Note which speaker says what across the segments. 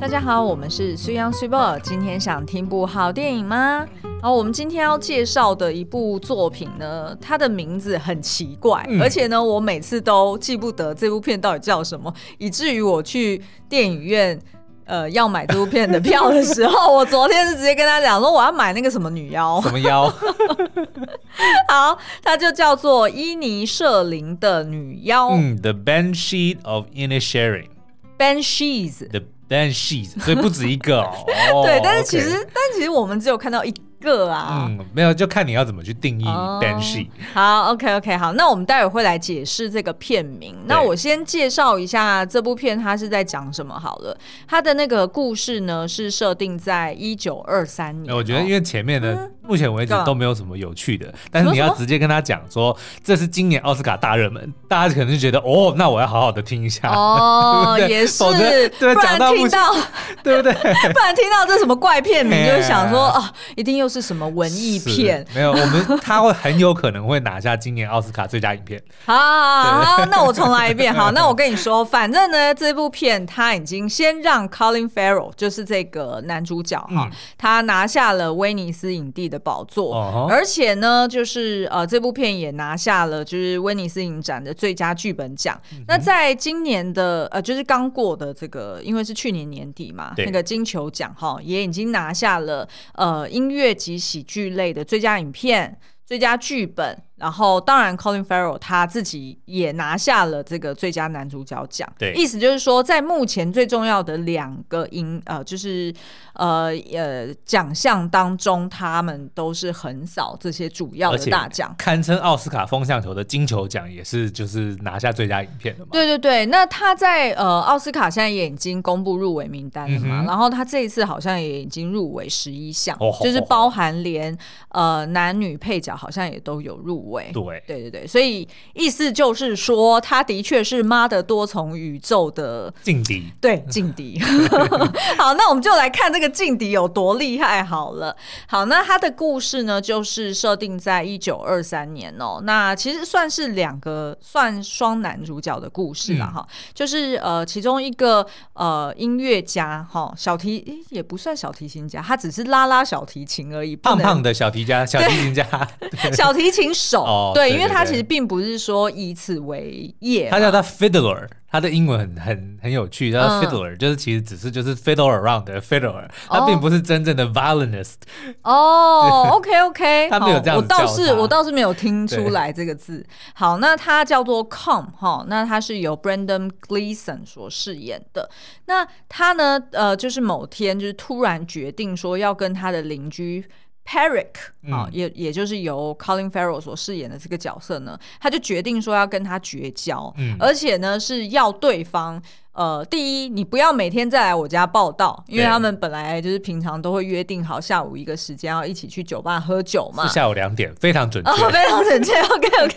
Speaker 1: 大家好，我们是苏阳 Super，今天想听部好电影吗？好，我们今天要介绍的一部作品呢，它的名字很奇怪，
Speaker 2: 嗯
Speaker 1: 而且呢，我每次都记不得这部片到底叫什么，以至于我去电影院。呃，要买这部片的票的时 候，我昨天是直接跟他讲说我要买那个什么女妖，
Speaker 2: 什么妖？
Speaker 1: 好，它就叫做伊尼舍林的女妖、
Speaker 2: 嗯，The Banshee of Inisherin。
Speaker 1: Banshees。
Speaker 2: The Banshees，所以不止一 个哦。哦
Speaker 1: 对，但是其实
Speaker 2: OK
Speaker 1: 但其实我们只有看到一个啊。
Speaker 2: 嗯，没有，就看你要怎么去定义
Speaker 1: 哦
Speaker 2: Banshee。
Speaker 1: 好，OK，OK，好，那我们待会会来解释这个片名。那我先介绍一下这部片它是在讲什么好了。它的那个故事呢是设定在一九二三年哦、
Speaker 2: 哎我觉得，因为前面的目前为止
Speaker 1: 嗯干嘛
Speaker 2: 都没有什么有趣的，但是你
Speaker 1: 什
Speaker 2: 要
Speaker 1: 么
Speaker 2: 直接跟他讲说这是今年奥斯卡大热门，大家可能就觉得哦，那我要好好的听一下，
Speaker 1: 哦，
Speaker 2: 啊对不对
Speaker 1: 也是，
Speaker 2: 否则对
Speaker 1: 不然
Speaker 2: 讲到目
Speaker 1: 听
Speaker 2: 前
Speaker 1: 到
Speaker 2: 对不对？
Speaker 1: 不然听到这什么怪片名，就会想说
Speaker 2: 哎
Speaker 1: 啊，一定又是什么文艺片。
Speaker 2: 是没有，我们他会很有可能会拿下今年奥斯卡最佳影片。
Speaker 1: 好好，好好那我重来一遍。好，那我跟你说，反正呢，这部片他已经先让 Colin Farrell，就是这个男主角哈，
Speaker 2: 嗯
Speaker 1: 他拿下了威尼斯影帝的宝座。
Speaker 2: 哦吼
Speaker 1: 而且呢，就是呃，这部片也拿下了就是威尼斯影展的最佳剧本奖。
Speaker 2: 嗯
Speaker 1: 那在今年的呃，就是刚过的这个，因为是去年年底嘛，
Speaker 2: 对
Speaker 1: 那个金球奖哈，也已经拿下了呃音乐及喜剧类的最佳影片、最佳剧本。然后，当然，Colin Farrell 他自己也拿下了这个最佳男主角奖。
Speaker 2: 对
Speaker 1: 意思就是说，在目前最重要的两个影呃，就是呃呃奖项当中，他们都是横扫这些主要
Speaker 2: 而
Speaker 1: 的
Speaker 2: 且
Speaker 1: 大奖。
Speaker 2: 堪称奥斯卡风向球的金球奖也是就是拿下最佳影片的嘛。
Speaker 1: 对对对，那他在呃奥斯卡现在也已经公布入围名单了嘛，
Speaker 2: 嗯哼
Speaker 1: 然后他这一次好像也已经入围十一项，
Speaker 2: 哦吼
Speaker 1: 就是
Speaker 2: 吼
Speaker 1: 包含连呃男女配角好像也都有入围。
Speaker 2: 对
Speaker 1: 对对对，所以意思就是说，他的确是妈的多重宇宙的
Speaker 2: 劲敌
Speaker 1: 对，劲 敌。好，那我们就来看这个劲敌有多厉害好了。好，那他的故事呢，就是设定在一九二三年哦。那其实算是两个算双男主角的故事啦，
Speaker 2: 嗯
Speaker 1: 哈、就是呃，其中一个呃音乐家哈，小提诶也不算小提琴家，他只是拉拉小提琴而已，不
Speaker 2: 胖
Speaker 1: 能
Speaker 2: 胖的小提家小提琴家，
Speaker 1: 小提琴手。
Speaker 2: 哦
Speaker 1: 对，
Speaker 2: 对
Speaker 1: 因为
Speaker 2: 对
Speaker 1: 他
Speaker 2: 对
Speaker 1: 其实并不是说以此为业嘛，
Speaker 2: 他叫他 fiddler，他的英文很很很有趣，他
Speaker 1: 嗯
Speaker 2: fiddler、就是其实只是就是 fiddle around 的 fiddler，
Speaker 1: 哦
Speaker 2: 他并不是真正的 violinist，、
Speaker 1: 哦、o k OK，
Speaker 2: 他没有这样
Speaker 1: 我
Speaker 2: 子叫
Speaker 1: 倒是
Speaker 2: 他
Speaker 1: 我倒是没有听出来这个字。好，那它叫做 Com 哈，那它是由 Brandon Gleeson 所饰演的。那他呢，呃，就是某天就是突然决定说要跟他的邻居。Peric 啊、
Speaker 2: 嗯
Speaker 1: 也也就是由 Colin Farrell 所饰演的这个角色呢，他就决定说要跟他绝交，
Speaker 2: 嗯
Speaker 1: 而且呢是要对方呃，第一，你不要每天再来我家报道，因为
Speaker 2: 对
Speaker 1: 他们本来就是平常都会约定好下午一个时间要一起去酒吧喝酒嘛
Speaker 2: 是。下午两点，非常准确。
Speaker 1: 哦，非常准确，OK OK，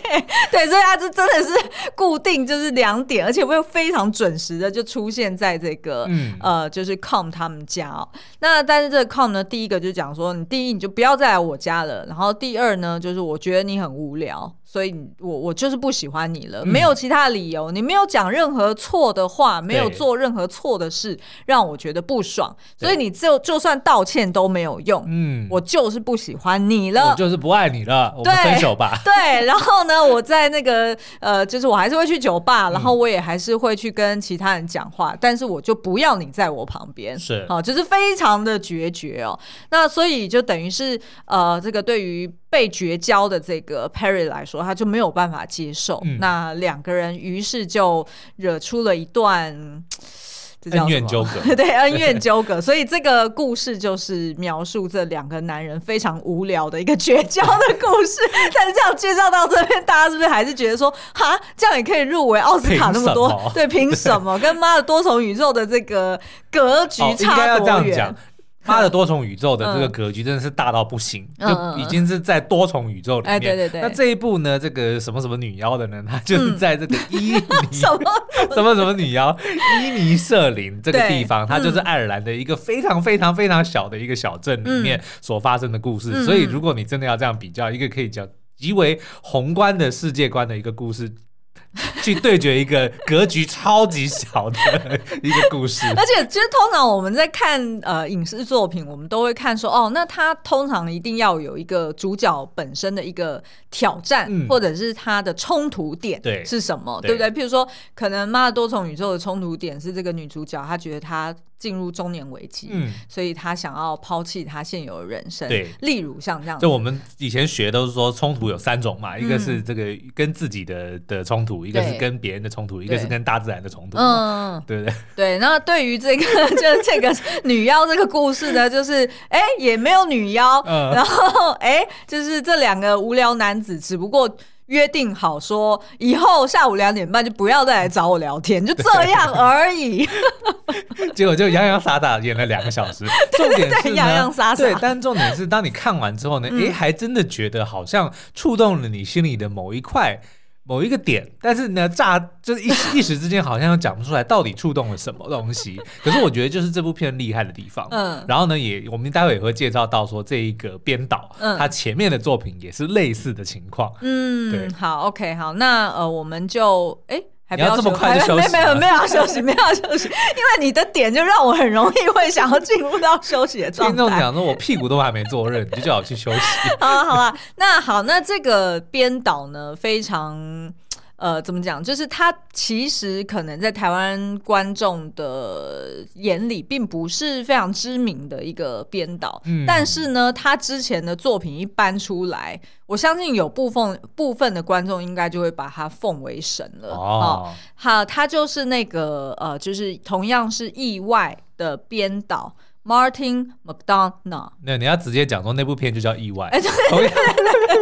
Speaker 1: 对，所以他这真的是固定就是两点，而且会非常准时的就出现在这个、
Speaker 2: 嗯
Speaker 1: 呃，就是 Com 他们家哦。那但是这个 Com 呢，第一个就讲说，你第一你就不要再来我家了，然后第二呢，就是我觉得你很无聊，所以你我我就是不喜欢你
Speaker 2: 嗯
Speaker 1: 了，没有其他理由，你没有讲任何错的话，没有
Speaker 2: 对
Speaker 1: 做任何错的事，让我觉得不爽，所以你就就算道歉都没有用，
Speaker 2: 嗯，
Speaker 1: 我就是不喜欢你
Speaker 2: 我
Speaker 1: 了。
Speaker 2: 就是不爱你了，我们
Speaker 1: 对
Speaker 2: 分 手 吧。
Speaker 1: 对，然后呢，我在那个呃，就是我还是会去酒吧，然后我也还是会去跟其他人讲话，但是我就不要你在我旁边，
Speaker 2: 是
Speaker 1: 好、就是非常的决绝哦。那所以就等于是呃，这个对于被绝交的这个 Perry 来说，他就没有办法接受。
Speaker 2: 嗯
Speaker 1: 那两个人于是就惹出了一段。这叫什么
Speaker 2: 恩怨 纠葛
Speaker 1: 对恩怨纠葛，所以这个故事就是描述这两个男人非常无聊的一个绝交的故事。 但是这样介绍到这边，大家是不是还是觉得说，哈，这样也可以入围奥斯卡那么多
Speaker 2: 凭什么？
Speaker 1: 对，凭什么？跟妈的多重宇宙的这个格局
Speaker 2: 哦，应该
Speaker 1: 差
Speaker 2: 要这
Speaker 1: 多
Speaker 2: 样
Speaker 1: 远？
Speaker 2: 讲。他的多重宇宙的这个
Speaker 1: 嗯
Speaker 2: 格局真的是大到不行，
Speaker 1: 嗯嗯
Speaker 2: 就
Speaker 1: 嗯
Speaker 2: 已经是在多重宇宙里面。
Speaker 1: 哎对对对嗯
Speaker 2: 那这一部呢，这个什么什么女妖的呢，她就是在这个 伊尼
Speaker 1: 什么？
Speaker 2: 什么什么女妖伊尼舍林这个地方，它就是
Speaker 1: 嗯
Speaker 2: 爱尔兰的一个非常非常非常小的一个小镇里面所发生的故事。
Speaker 1: 嗯
Speaker 2: 所以，如果你真的要这样比较，一个可以讲极为宏观的世界观的一个故事。去对决一个格局超级小的一个 故事。
Speaker 1: 而且，其实通常我们在看呃影视作品，我们都会看说，哦，那他通常一定要有一个主角本身的一个挑战，
Speaker 2: 嗯
Speaker 1: 或者是他的冲突点
Speaker 2: 对
Speaker 1: 是什么，
Speaker 2: 对
Speaker 1: 对不对？譬如说，可能《妈的多重宇宙》的冲突点是这个女主角她觉得她进入中年危机，
Speaker 2: 嗯，
Speaker 1: 所以她想要抛弃她现有的人生。
Speaker 2: 对
Speaker 1: 例如像这样子
Speaker 2: 就我们以前学都是说冲突有三种嘛，一个是这个跟自己的的冲突，一个是
Speaker 1: 对
Speaker 2: 跟别人的冲突，一个是跟大自然的冲突。嗯，
Speaker 1: 嗯，
Speaker 2: 对不对？
Speaker 1: 对。那对于这个 就是这个女妖这个故事呢，就是哎、也没有女妖，
Speaker 2: 嗯
Speaker 1: 然后哎、就是这两个无聊男子，只不过。约定好说，以后下午两点半就不要再来找我聊天，就这样而 已。
Speaker 2: 结果就洋洋洒洒演了两个小时。重点 是
Speaker 1: 对
Speaker 2: 呢，
Speaker 1: 洋洋洒洒嗯
Speaker 2: 对，但重点是当你看完之后呢，诶，还真的觉得好像触动了你心里的某一块。某一个点，但是呢，乍就是一一时之间好像又讲不出来到底触动了什么 东西。可是我觉得就是这部片厉害的地方。
Speaker 1: 嗯
Speaker 2: 然后呢，也我们待会也会介绍到说这一个编导，
Speaker 1: 嗯
Speaker 2: 他前面的作品也是类似的情况。对
Speaker 1: 嗯，好，OK，好，那呃，我们就哎。还不
Speaker 2: 你要这么
Speaker 1: 休
Speaker 2: 快就
Speaker 1: 还
Speaker 2: 休息
Speaker 1: 没 有没有
Speaker 2: 吗
Speaker 1: 没有要休息，没有要休息，因为你的点就让我很容易会想要进入到休息的状
Speaker 2: 听众
Speaker 1: 态。
Speaker 2: 讲说，我屁股都还没坐热，你就叫我 去休息。
Speaker 1: 好啊，好啊，那好，那这个编导呢，非常呃，怎么讲？就是他其实可能在台湾观众的眼里，并不是非常知名的一个编导，
Speaker 2: 嗯
Speaker 1: 但是呢，他之前的作品一搬出来，我相信有部分部分的观众应该就会把他奉为神了。哦，
Speaker 2: 哦，
Speaker 1: 好，他就是那个呃，就是同样是意外的编导 Martin McDonough。
Speaker 2: 那你要直接讲说那部片就叫意外， 同样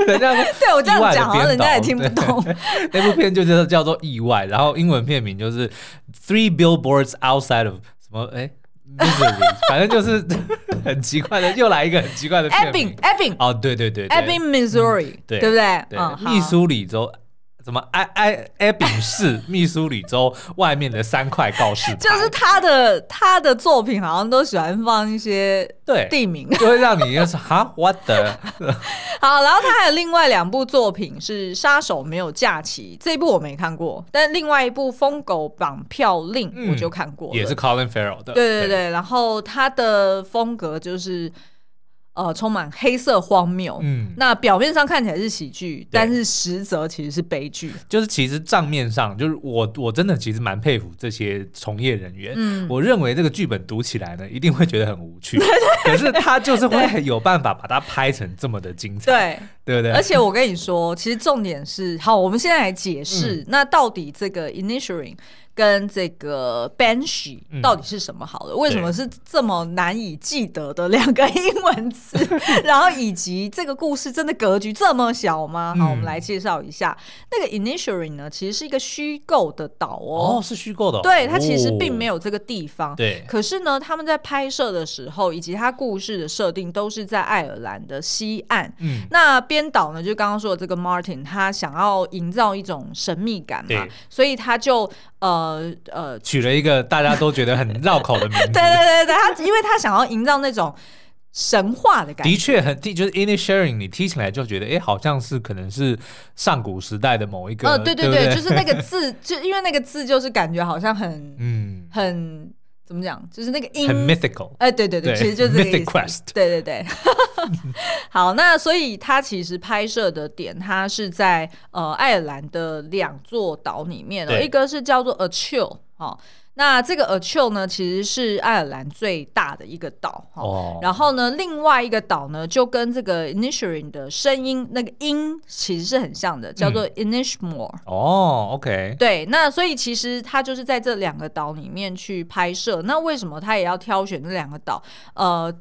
Speaker 2: 人家说
Speaker 1: 哎对我这样
Speaker 2: 意外的
Speaker 1: 讲，好像人家也听
Speaker 2: 编
Speaker 1: 不
Speaker 2: 导
Speaker 1: 懂。
Speaker 2: 那部片就叫叫做意外，然后英文片名就是 Three Billboards Outside of 什么哎 Misery，反正就是 很奇怪的，又来一个很奇怪 的片
Speaker 1: Ebbing
Speaker 2: 名。
Speaker 1: Ebbing
Speaker 2: 哦，对对对对
Speaker 1: Ebbing Missouri，
Speaker 2: 对
Speaker 1: 对不对？
Speaker 2: 对
Speaker 1: 嗯，，好
Speaker 2: 密苏里州。怎么埃埃埃比 市密苏里州外面的三块告示牌，
Speaker 1: 就是他的他的作品好像都喜欢放一些
Speaker 2: 对，
Speaker 1: 地名。
Speaker 2: 就会让你就是哈 what the
Speaker 1: 好，然后他还有另外两部作品是《杀手没有假期》，这一部我没看过，但另外一部《疯狗绑票令
Speaker 2: 嗯》
Speaker 1: 我就看过了，
Speaker 2: 也是 Colin Farrell 的，
Speaker 1: 对对对，然后他的风格就是呃充满黑色荒谬，
Speaker 2: 嗯
Speaker 1: 那表面上看起来是喜剧，但是实则其实是悲剧，
Speaker 2: 就是其实账面上，就是我我真的其实蛮佩服这些从业人员。
Speaker 1: 嗯。
Speaker 2: 我认为这个剧本读起来呢，一定会觉得很无 趣，可是他就是会有办法把它拍成这么的精彩，
Speaker 1: 对，
Speaker 2: 对不对？
Speaker 1: 而且我跟你说，其实重点是，好，我们现在来解释，
Speaker 2: 嗯
Speaker 1: 那到底这个 initiating 跟这个 banshee
Speaker 2: 嗯
Speaker 1: 到底是什么好了？为什么是这么难以记得的两个英文词？ 然后以及这个故事真的格局这么小吗？好，
Speaker 2: 嗯
Speaker 1: 我们来介绍一下，那个 initiating 呢，其实是一个虚构的岛
Speaker 2: 哦，
Speaker 1: 哦，
Speaker 2: 是虚构的哦、
Speaker 1: 对，它其实并没
Speaker 2: 有、
Speaker 1: 有这个地方。
Speaker 2: 对，
Speaker 1: 可是呢，他们在拍摄的时候，以及它故事的设定，都是在爱尔兰的西岸。
Speaker 2: 嗯，
Speaker 1: 那编导呢，就刚刚说的这个 Martin，他想要营造一种神秘感嘛
Speaker 2: 对，
Speaker 1: 所以他就呃呃，
Speaker 2: 取了一个大家都觉得很绕口的名字，
Speaker 1: 对对对对，他因为他想要营造那种神话的感觉。
Speaker 2: 的确很听，就是 inner sharing，你听起来就觉得，哎、好像是可能是上古时代的某一个，
Speaker 1: 呃，对
Speaker 2: 对
Speaker 1: 对
Speaker 2: 不
Speaker 1: 对，就是那个字，就因为那个字就是感觉好像很、
Speaker 2: 嗯，
Speaker 1: 很怎么讲，就是那个音
Speaker 2: 很 mythical，
Speaker 1: 哎，对对对，
Speaker 2: 对
Speaker 1: 其实就是这个意
Speaker 2: Mythic Quest
Speaker 1: 思。对对 对，好，那所以它其实拍摄的点，它是在呃爱尔兰的两座岛里面哦，
Speaker 2: 对
Speaker 1: 一个是叫做 Achill 哦，那这个 Achill 呢，其实是爱尔兰最大的一个岛哦。
Speaker 2: 哦，
Speaker 1: 然后呢，另外一个岛呢，就跟这个 Inishrin 的声音那个音其实是很像的，叫做
Speaker 2: 嗯
Speaker 1: Inishmore。
Speaker 2: 哦，OK，
Speaker 1: 对，那所以其实他就是在这两个岛里面去拍摄。那为什么他也要挑选这两个岛？呃，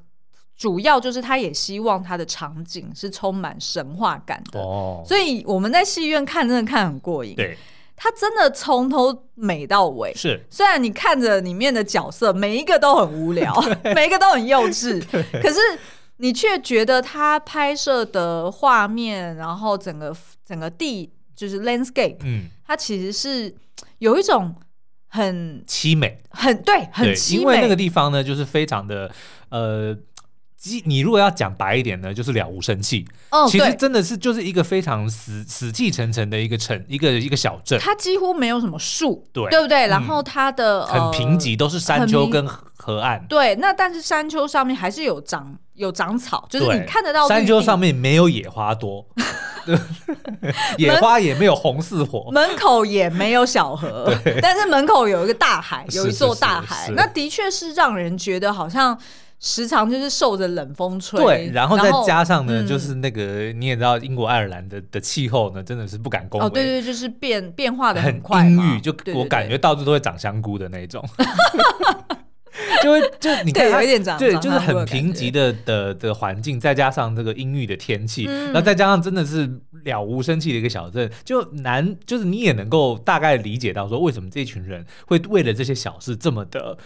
Speaker 1: 主要就是他也希望他的场景是充满神话感的。
Speaker 2: 哦，
Speaker 1: 所以我们在戏院看，真的看很过瘾。
Speaker 2: 对，
Speaker 1: 他真的从头美到尾。
Speaker 2: 是
Speaker 1: 虽然你看着里面的角色，每一个都很无 聊，每一个都很幼稚，可是你却觉得他拍摄的画面，然后整个整个地就是 landscape，
Speaker 2: 嗯，
Speaker 1: 它其实是有一种很
Speaker 2: 凄美，
Speaker 1: 很对很
Speaker 2: 对，
Speaker 1: 凄
Speaker 2: 因为
Speaker 1: 美，
Speaker 2: 那个地方呢，就是非常的呃。基你如果要讲白一点呢，就是了无生气。
Speaker 1: 哦，
Speaker 2: 其实
Speaker 1: 对，
Speaker 2: 真的是就是一个非常死死气沉沉的一个城，一个一个小镇，
Speaker 1: 它几乎没有什么树，
Speaker 2: 对嗯
Speaker 1: 对不对？然后它的
Speaker 2: 很贫。
Speaker 1: 呃
Speaker 2: 瘠，都是山
Speaker 1: 很
Speaker 2: 丘
Speaker 1: 迷
Speaker 2: 跟河河岸。
Speaker 1: 对，那但是山丘上面还是有长有长草，就是
Speaker 2: 对
Speaker 1: 你看得到
Speaker 2: 山
Speaker 1: 绿
Speaker 2: 丘
Speaker 1: 地
Speaker 2: 上面没有野 花多， 对野花也没有红似火。
Speaker 1: 门口也没有小河，但是门口有一个大 海，
Speaker 2: 是
Speaker 1: 有一座大海，
Speaker 2: 是是是
Speaker 1: 那的确是让人觉得好像时常就是受着冷风吹，
Speaker 2: 对，然后再加上呢，
Speaker 1: 嗯
Speaker 2: 就是那个你也知道，英国、爱尔兰的的气候呢，真的是不敢恭维，
Speaker 1: 哦，对对，就是变变化的
Speaker 2: 哎很
Speaker 1: 快嘛，
Speaker 2: 阴郁，就
Speaker 1: 对
Speaker 2: 我感。觉
Speaker 1: 对
Speaker 2: 到处都会长香菇的那一种， 就会就你
Speaker 1: 对
Speaker 2: 看它
Speaker 1: 有一点长
Speaker 2: 对，
Speaker 1: 长
Speaker 2: 就是
Speaker 1: 香菇
Speaker 2: 很
Speaker 1: 的
Speaker 2: 贫
Speaker 1: 感觉
Speaker 2: 瘠的的的环境，再加上这个阴郁的天气，
Speaker 1: 嗯
Speaker 2: 然后再加上真的是了无生气的一个小镇，就难，就是你也能够大概理解到说，为什么这群人会为了这些小事这么的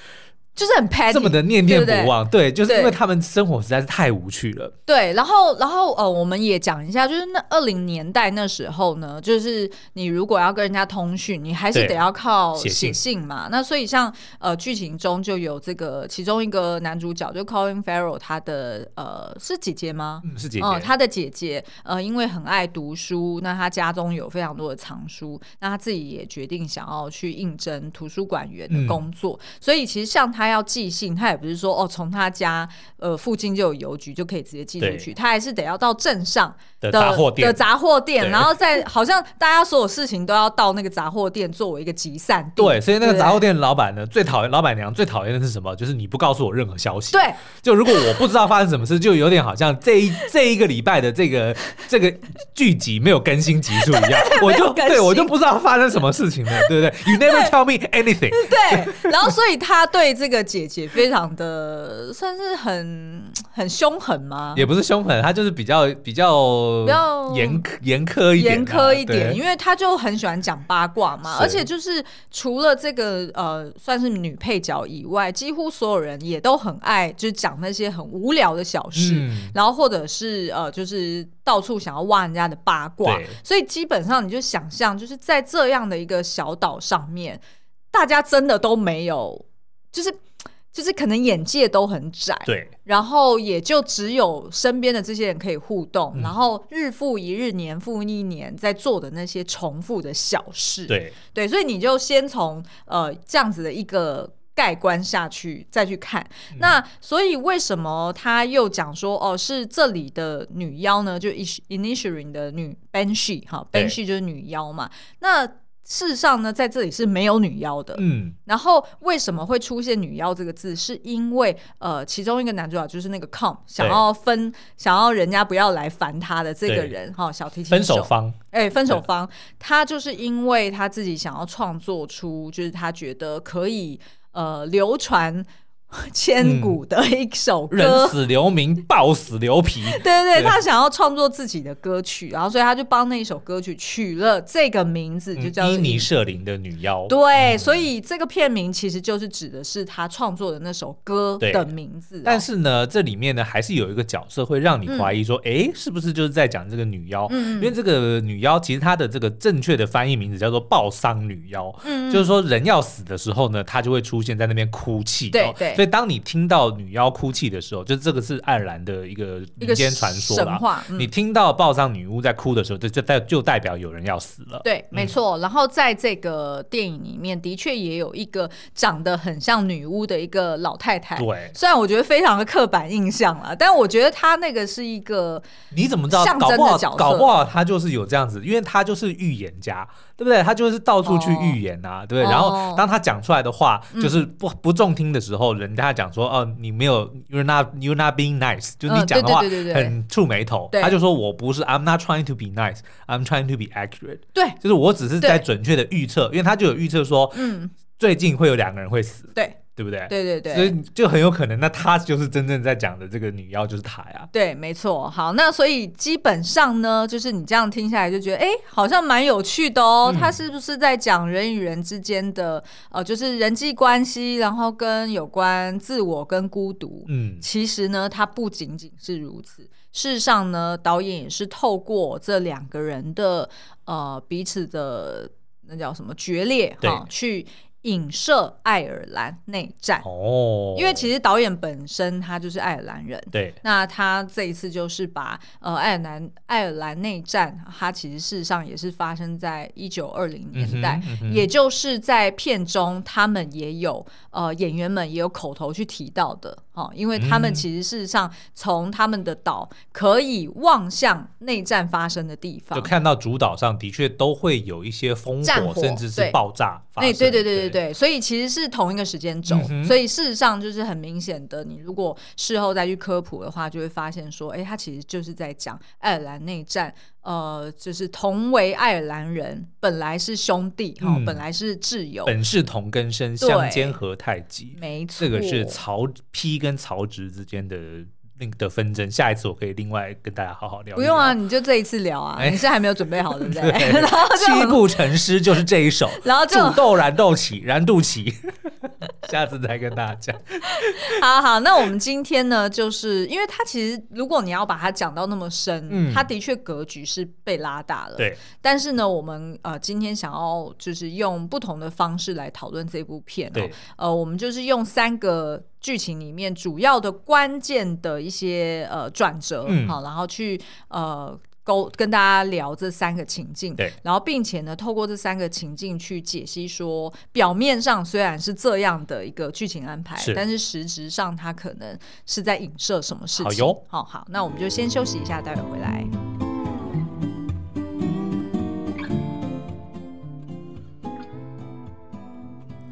Speaker 1: 就是很 petty，
Speaker 2: 这么的念念不忘，对，就是因为
Speaker 1: 对
Speaker 2: 他们生活实在是太无趣了，
Speaker 1: 对，然后，然后，呃，我们也讲一下，就是那二零年代那时候呢，就是你如果要跟人家通讯，你还是
Speaker 2: 对
Speaker 1: 得要靠
Speaker 2: 写信
Speaker 1: 写信嘛。那所以像呃剧情中就有这个其中一个男主角就 Colin Farrell，他的呃是姐姐吗？
Speaker 2: 嗯，是姐姐，
Speaker 1: 嗯，他的姐姐呃，因为很爱读书，那他家中有非常多的藏书，那他自己也决定想要去应征图书馆员
Speaker 2: 嗯
Speaker 1: 的工作，所以其实像他要寄信，他也不是说哦，从他家呃附近就有邮局就可以直接寄出去，他还是得要到镇上
Speaker 2: 的杂货
Speaker 1: 的
Speaker 2: 店，
Speaker 1: 杂货店，
Speaker 2: 对
Speaker 1: 然后再好像大家所有事情都要到那个杂货店作为一个集散地，
Speaker 2: 对，所以那
Speaker 1: 对
Speaker 2: 个
Speaker 1: 不对
Speaker 2: 杂货店老板呢，最讨厌老板娘最讨厌的是什么？就是你不告诉我任何消息，
Speaker 1: 对
Speaker 2: 就如果我不知道发生什么事，就有点好 像这一这一个礼拜的这个这个剧集没有更新集数一样，我
Speaker 1: 没
Speaker 2: 就
Speaker 1: 有更新
Speaker 2: 对我就不知道发生什么事情了，对不对？You never tell me anything。
Speaker 1: 对，然后所以他对这个姐姐非常的算是很很凶狠吗？
Speaker 2: 也不是凶狠，他就是比较比较
Speaker 1: 比较
Speaker 2: 严苛严苛一点啊、
Speaker 1: 严苛一点，
Speaker 2: 对
Speaker 1: 因为他就很喜欢讲八卦嘛，
Speaker 2: 是
Speaker 1: 而且就是除了这个呃，算是女配角以外，几乎所有人也都很爱，就是讲那些很无聊的小事，
Speaker 2: 嗯，
Speaker 1: 然后或者是呃，就是到处想要挖人家的八卦
Speaker 2: 对，
Speaker 1: 所以基本上你就想象，就是在这样的一个小岛上面，大家真的都没有，就是就是可能眼界都很窄，
Speaker 2: 对，
Speaker 1: 然后也就只有身边的这些人可以互动，
Speaker 2: 嗯
Speaker 1: 然后日复一日、年复一年在做的那些重复的小事，
Speaker 2: 对，
Speaker 1: 对所以你就先从呃这样子的一个。盖棺下去再去看，
Speaker 2: 嗯
Speaker 1: 那所以为什么他又讲说哦是这里的女妖呢？就 Ish- Inisherin 的女 Banshee 哈
Speaker 2: 对
Speaker 1: ，Banshee 就是女妖嘛。那事实上呢，在这里是没有女妖的，
Speaker 2: 嗯，
Speaker 1: 然后为什么会出现“女妖”这个字？是因为呃，其中一个男主角就是那个 com 想要分，想要人家不要来烦他的这个人哈，小提琴
Speaker 2: 分手
Speaker 1: 手，
Speaker 2: 方
Speaker 1: 哎、分手方，他就是因为他自己想要创作出，就是他觉得可以呃流传千古的一首歌。
Speaker 2: 人嗯死留名， 豹死留皮，
Speaker 1: 对对
Speaker 2: 对
Speaker 1: 对，他想要创作自己的歌曲，然后所以他就帮那一首歌曲取了这个名字， 就叫
Speaker 2: 嗯
Speaker 1: 做
Speaker 2: 伊尼舍林的女妖，
Speaker 1: 对，所以这个片名其实就是指的是他创作的那首歌的名字哦、
Speaker 2: 但是呢，这里面呢还是有一个角色会让你怀疑说，诶，是不是就是在讲这个女妖？
Speaker 1: 嗯
Speaker 2: 因为这个女妖其实她的这个正确的翻译名字叫做抱丧女妖。
Speaker 1: 嗯，
Speaker 2: 就是说，人要死的时候呢，她就会出现在那边哭泣、
Speaker 1: 对
Speaker 2: 哦
Speaker 1: 对
Speaker 2: 所以当你听到女妖哭泣的时候，就是这个是爱尔兰的一个
Speaker 1: 一
Speaker 2: 民
Speaker 1: 个
Speaker 2: 间传说
Speaker 1: 神
Speaker 2: 啦。
Speaker 1: 话，嗯
Speaker 2: 你听到抱丧女巫在哭的时候，就就代就代表有人要死了。
Speaker 1: 对，没错。然后在这个电影里面，的确也有一个长得很像女巫的一个老太太。
Speaker 2: 对，
Speaker 1: 虽然我觉得非常的刻板印象啦，但我觉得她那个是一个
Speaker 2: 你怎么知道？
Speaker 1: 象征
Speaker 2: 搞
Speaker 1: 的
Speaker 2: 不好
Speaker 1: 角，色
Speaker 2: 搞不好他就是有这样子，因为他就是预言家，对不对？他就是到处去预言啊，对不对？
Speaker 1: 哦嗯
Speaker 2: 然后当他讲出来的话，就是不不中听的时候，人家讲说，哦，你没有，you're not you're not being nice，就是你
Speaker 1: 嗯
Speaker 2: 讲的话
Speaker 1: 对对对对对
Speaker 2: 很触眉头。
Speaker 1: 对
Speaker 2: 他就说我不是，I'm not trying to be nice，I'm trying to be accurate，
Speaker 1: 对，
Speaker 2: 就是我只是在
Speaker 1: 对
Speaker 2: 准确的预测，因为他就有预测说
Speaker 1: 嗯，
Speaker 2: 最近会有两个人会死，
Speaker 1: 对，
Speaker 2: 对不对？
Speaker 1: 对对对。
Speaker 2: 所以就很有可能，那他就是真正在讲的这个女妖就是她呀。
Speaker 1: 对，没错。好，那所以基本上呢，就是你这样听下来就觉得，哎，好像蛮有趣的
Speaker 2: 嗯
Speaker 1: 哦。他是不是在讲人与人之间的呃，就是人际关系，然后跟有关自我跟孤独？
Speaker 2: 嗯，
Speaker 1: 其实呢，它不仅仅是如此。事实上呢，导演也是透过这两个人的呃彼此的那叫什么决裂
Speaker 2: 对
Speaker 1: 哈，去影射爱尔兰内战，
Speaker 2: 哦，
Speaker 1: 因为其实导演本身他就是爱尔兰人。
Speaker 2: 对
Speaker 1: 那他这一次就是把呃爱尔兰爱尔兰内战，它其实事实上也是发生在一九二零年代，
Speaker 2: 嗯哼嗯哼
Speaker 1: 也就是在片中他们也有呃演员们也有口头去提到的哦，因为他们
Speaker 2: 嗯
Speaker 1: 其实事实上从他们的岛可以望向内战发生的地方
Speaker 2: 就，看到主岛上的确都会有一些烽
Speaker 1: 战
Speaker 2: 火，
Speaker 1: 火
Speaker 2: 甚至是
Speaker 1: 对
Speaker 2: 爆炸发
Speaker 1: 哎，
Speaker 2: 生。
Speaker 1: 对对对对，对，所以其实是同一个时间轴，
Speaker 2: 嗯哼
Speaker 1: 所以事实上就是很明显的，你如果事后再去科普的话，就会发现说，哎，他其实就是在讲爱尔兰内战，呃，就是同为爱尔兰人，本来是兄弟哈、
Speaker 2: 嗯
Speaker 1: 本来是挚友，
Speaker 2: 本是同根生，
Speaker 1: 对
Speaker 2: 相煎何太急。
Speaker 1: 没错，
Speaker 2: 这个是曹丕跟曹植之间的那个的纷争，下一次我可以另外跟大家好好聊一聊。
Speaker 1: 不用啊，你就这一次聊啊，
Speaker 2: 哎
Speaker 1: 你是还没有准备好，对不对？
Speaker 2: 对，七步成诗就是这一首，
Speaker 1: 然后就
Speaker 2: 煮豆燃豆萁，燃肚萁。 下次再跟大家讲。
Speaker 1: 好好，那我们今天呢，就是因为它其实如果你要把它讲到那么深，
Speaker 2: 嗯
Speaker 1: 它的确格局是被拉大了，
Speaker 2: 对，
Speaker 1: 但是呢，我们呃今天想要就是用不同的方式来讨论这部片、哦。
Speaker 2: 对，
Speaker 1: 呃，我们就是用三个剧情里面主要的关键的一些呃转折，
Speaker 2: 嗯
Speaker 1: 好，然后去呃。沟跟大家聊这三个情境，
Speaker 2: 对，
Speaker 1: 然后并且呢，透过这三个情境去解析说，表面上虽然是这样的一个剧情安排，
Speaker 2: 是
Speaker 1: 但是实质上它可能是在影射什么事情。
Speaker 2: 好哟
Speaker 1: 好好，那我们就先休息一下，待会回来。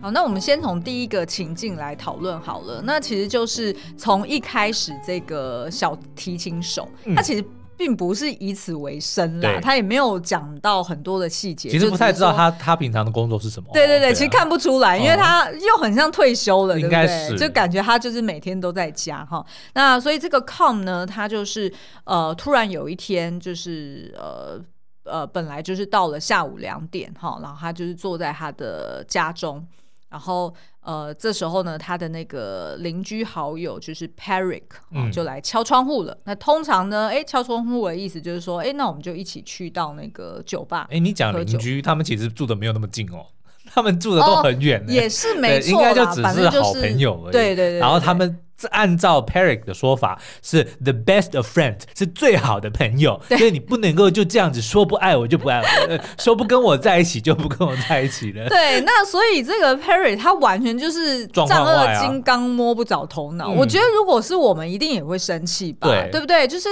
Speaker 1: 好，那我们先从第一个情境来讨论好了。那其实就是从一开始这个小提琴手，
Speaker 2: 嗯
Speaker 1: 他其实并不是以此为生啦
Speaker 2: 对，
Speaker 1: 他也没有讲到很多的细节，
Speaker 2: 其实不太知道
Speaker 1: 就只是说。
Speaker 2: 他他平常的工作是什么。
Speaker 1: 对对对，
Speaker 2: 啊哦
Speaker 1: 其实看不出来，因为他又很像退休了，对
Speaker 2: 应
Speaker 1: 不
Speaker 2: 该
Speaker 1: 对？
Speaker 2: 是
Speaker 1: 就感觉他就是每天都在家哈。那所以这个 com 呢，他就是呃，突然有一天就是呃。呃，本来就是到了下午两点哈，然后他就是坐在他的家中，然后呃，这时候呢，他的那个邻居好友就是 Peric，、哦
Speaker 2: 嗯
Speaker 1: 就来敲窗户了。那通常呢，哎，敲窗户的意思就是说，哎，那我们就一起去到那个酒吧，
Speaker 2: 哎，你讲
Speaker 1: 喝
Speaker 2: 邻
Speaker 1: 酒哦
Speaker 2: 居，他们其实住的没有那么近哦，他们住的都很远呢。
Speaker 1: 也是没
Speaker 2: 对
Speaker 1: 错
Speaker 2: 应
Speaker 1: 啦，
Speaker 2: 该就只
Speaker 1: 反
Speaker 2: 是
Speaker 1: 正就
Speaker 2: 好朋友而已。
Speaker 1: 对对对对，
Speaker 2: 然后他
Speaker 1: 对
Speaker 2: 们按照 Peric 的说法是 the best of friends，是最好的朋友，所以你不能够就这样子说不爱我就不爱我，呃说不跟我在一起就不跟我在一起了。
Speaker 1: 对，那所以这个 Perry 他完全就是
Speaker 2: 状
Speaker 1: 丈
Speaker 2: 况外啊
Speaker 1: 二金刚摸不着头脑。
Speaker 2: 嗯
Speaker 1: 我觉得如果是我们，一定也会生气吧，
Speaker 2: 对
Speaker 1: 不对？就是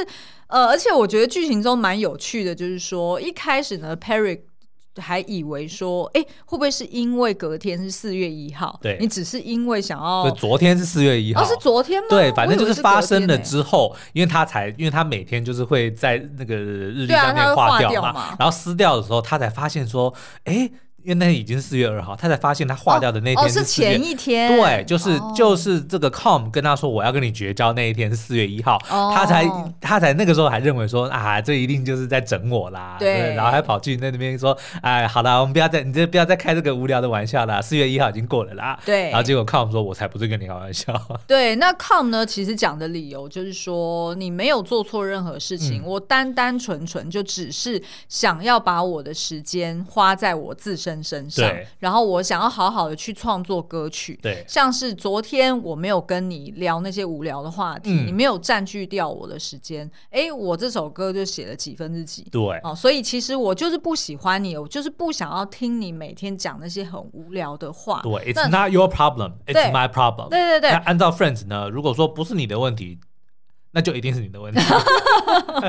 Speaker 1: 呃，而且我觉得剧情中蛮有趣的，就是说一开始呢，Perry。还以为说，哎、会不会是因为隔天是四月一号？
Speaker 2: 对
Speaker 1: 你只是因为想要
Speaker 2: 就昨天是四月一号。
Speaker 1: 哦，是昨天吗？
Speaker 2: 对，反正就是发生了
Speaker 1: 的。
Speaker 2: 之后，因为他才，因为他每天就是会在那个日历
Speaker 1: 对啊
Speaker 2: 上
Speaker 1: 他
Speaker 2: 面
Speaker 1: 会
Speaker 2: 划
Speaker 1: 划
Speaker 2: 掉
Speaker 1: 掉
Speaker 2: 嘛，
Speaker 1: 嘛
Speaker 2: 然后撕掉的时候，他才发现说，哎，因为那已经四月二号，他才发现他划掉的那
Speaker 1: 哦
Speaker 2: 天
Speaker 1: 是
Speaker 2: 4月
Speaker 1: 前一天，
Speaker 2: 对，就是、
Speaker 1: 哦
Speaker 2: 就是这个 com 跟他说我要跟你绝交那一天是四月一号，
Speaker 1: 哦
Speaker 2: 他才他才那个时候还认为说啊，这一定就是在整我啦，
Speaker 1: 对
Speaker 2: 然后还跑去那边说，哎，好啦，我们不要再你这不要再开这个无聊的玩笑啦，四月一号已经过了啦，
Speaker 1: 对
Speaker 2: 然后结果 com 说我才不是跟你开玩笑，
Speaker 1: 对，那 com 呢？其实讲的理由就是说，你没有做错任何事情，
Speaker 2: 嗯
Speaker 1: 我单单纯纯就只是想要把我的时间花在我自身身上
Speaker 2: 对，
Speaker 1: 然后我想要好好的去创作歌曲。
Speaker 2: 对
Speaker 1: 像是昨天我没有跟你聊那些无聊的话题，
Speaker 2: 嗯
Speaker 1: 你没有占据掉我的时间，诶，我这首歌就写了几分之几。
Speaker 2: 对，
Speaker 1: 哦，所以其实我就是不喜欢你，我就是不想要听你每天讲那些很无聊的话。
Speaker 2: 对
Speaker 1: 那
Speaker 2: ，It's not your problem,
Speaker 1: 对
Speaker 2: it's my problem。
Speaker 1: 对对对
Speaker 2: 那，按照 Friends 呢，如果说不是你的问题，那就一定是你 的问题。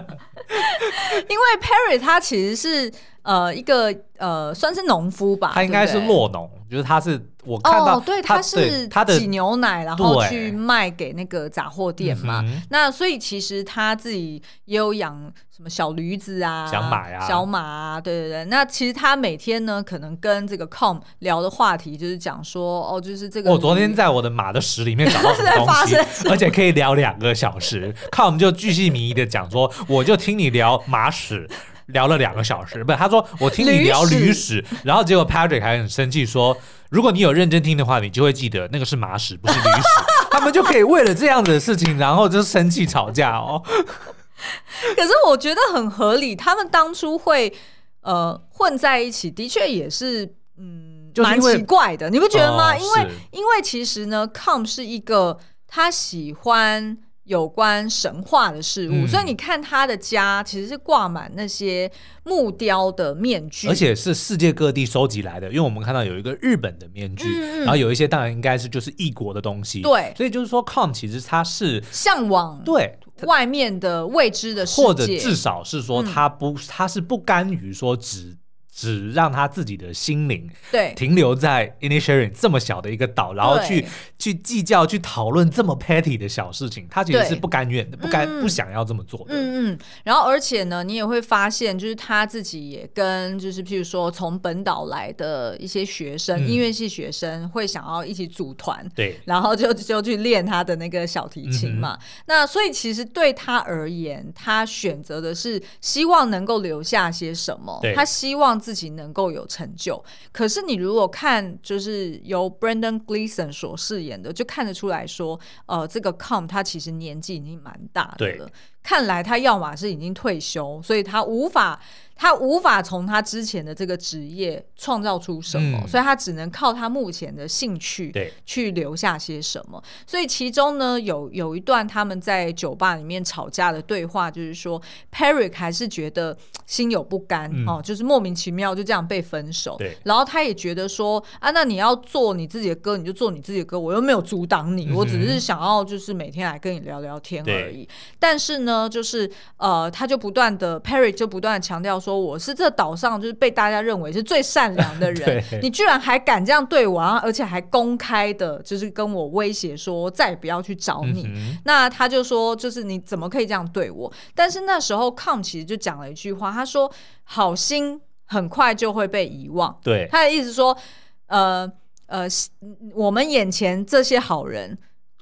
Speaker 1: 因为 Perry 他其实是呃一个呃算是农夫吧，
Speaker 2: 他应该是
Speaker 1: 对不对
Speaker 2: 落农，就是他是我看到
Speaker 1: 哦，对，
Speaker 2: 他
Speaker 1: 是
Speaker 2: 他的
Speaker 1: 挤牛奶，然后
Speaker 2: 对
Speaker 1: 去卖给那个杂货店嘛。
Speaker 2: 嗯哼
Speaker 1: 那所以其实他自己也有养什么小驴子啊、
Speaker 2: 小马呀
Speaker 1: 小马啊，对对对。那其实他每天呢，可能跟这个 Com 聊的话题就是讲说，哦，就是这个
Speaker 2: 我昨天
Speaker 1: 驴
Speaker 2: 在我的马的屎里面找到什么
Speaker 1: 在发
Speaker 2: 东
Speaker 1: 生
Speaker 2: 西，而且可以聊两个小时。看我们就巨细靡遗的讲说，我就听你聊马屎。聊了两个小时，不，他说我听你聊
Speaker 1: 驴
Speaker 2: 驴屎，然后结果 Patrick 还很生气说，如果你有认真听的话，你就会记得那个是马屎，不是驴屎。 他们就可以为了这样子的事情，然后就生气吵架哦。
Speaker 1: 可是我觉得很合理，他们当初会呃混在一起，的确也是嗯，
Speaker 2: 就是
Speaker 1: 蛮
Speaker 2: 因为
Speaker 1: 奇怪的，你不觉得吗？
Speaker 2: 哦
Speaker 1: 因为
Speaker 2: 是
Speaker 1: 因为其实呢，Com 是一个他喜欢有关神话的事物，
Speaker 2: 嗯
Speaker 1: 所以你看他的家其实是挂满那些木雕的面具，
Speaker 2: 而且是世界各地收集来的，因为我们看到有一个日本的面具，
Speaker 1: 嗯嗯
Speaker 2: 然后有一些当然应该是就是异国的东西，
Speaker 1: 对
Speaker 2: 所以就是说，com 其实它是
Speaker 1: 向往
Speaker 2: 对，
Speaker 1: 外面的未知的世
Speaker 2: 或者
Speaker 1: 界。
Speaker 2: 至少是说
Speaker 1: 嗯
Speaker 2: 它不，它是不甘于说只只让他自己的心灵
Speaker 1: 对，
Speaker 2: 停留在 Inisherin 这么小的一个岛，然后去去计较、去讨论这么 petty 的小事情，他其实
Speaker 1: 对
Speaker 2: 是不甘愿的，不甘、
Speaker 1: 嗯嗯
Speaker 2: 不想要这么做的。
Speaker 1: 嗯嗯，然后而且呢，你也会发现，就是他自己也跟就是譬如说从本岛来的一些学生，
Speaker 2: 嗯
Speaker 1: 音乐系学生会想要一起组团，
Speaker 2: 对，
Speaker 1: 然后就就去练他的那个小提琴嘛。
Speaker 2: 嗯
Speaker 1: 那所以其实对他而言，他选择的是希望能够留下些什么
Speaker 2: 对，
Speaker 1: 他希望自己能够有成就。可是你如果看，就是由 Brandon Gleason 所饰演的，就看得出来说，呃，这个 Com 他其实年纪已经蛮大的了
Speaker 2: 对。
Speaker 1: 看来他要么是已经退休，所以他无法，他无法从他之前的这个职业创造出什么，
Speaker 2: 嗯
Speaker 1: 所以他只能靠他目前的兴趣，
Speaker 2: 对
Speaker 1: 去留下些什么。所以其中呢，有有一段他们在酒吧里面吵架的对话，就是说 Perry 还是觉得嘖心有不甘、
Speaker 2: 嗯
Speaker 1: 哦，就是莫名其妙就这样被分手。
Speaker 2: 对
Speaker 1: 然后他也觉得说啊，那你要做你自己的歌，你就做你自己的歌，我又没有阻挡你，
Speaker 2: 嗯哼
Speaker 1: 我只是想要就是每天来跟你聊聊天
Speaker 2: 对
Speaker 1: 而已。但是呢，就是呃，他就不断的 Perry 就不断的强调说，我是这岛上就是被大家认为是最善良的人
Speaker 2: 对，
Speaker 1: 你居然还敢这样对我，然后而且还公开的，就是跟我威胁说再也不要去找你。
Speaker 2: 嗯
Speaker 1: 那他就说，就是你怎么可以这样对我？但是那时候 Com 其实就讲了一句话，他说好心很快就会被遗忘
Speaker 2: 哼，。对，
Speaker 1: 他的意思说，呃呃，我们眼前这些好人，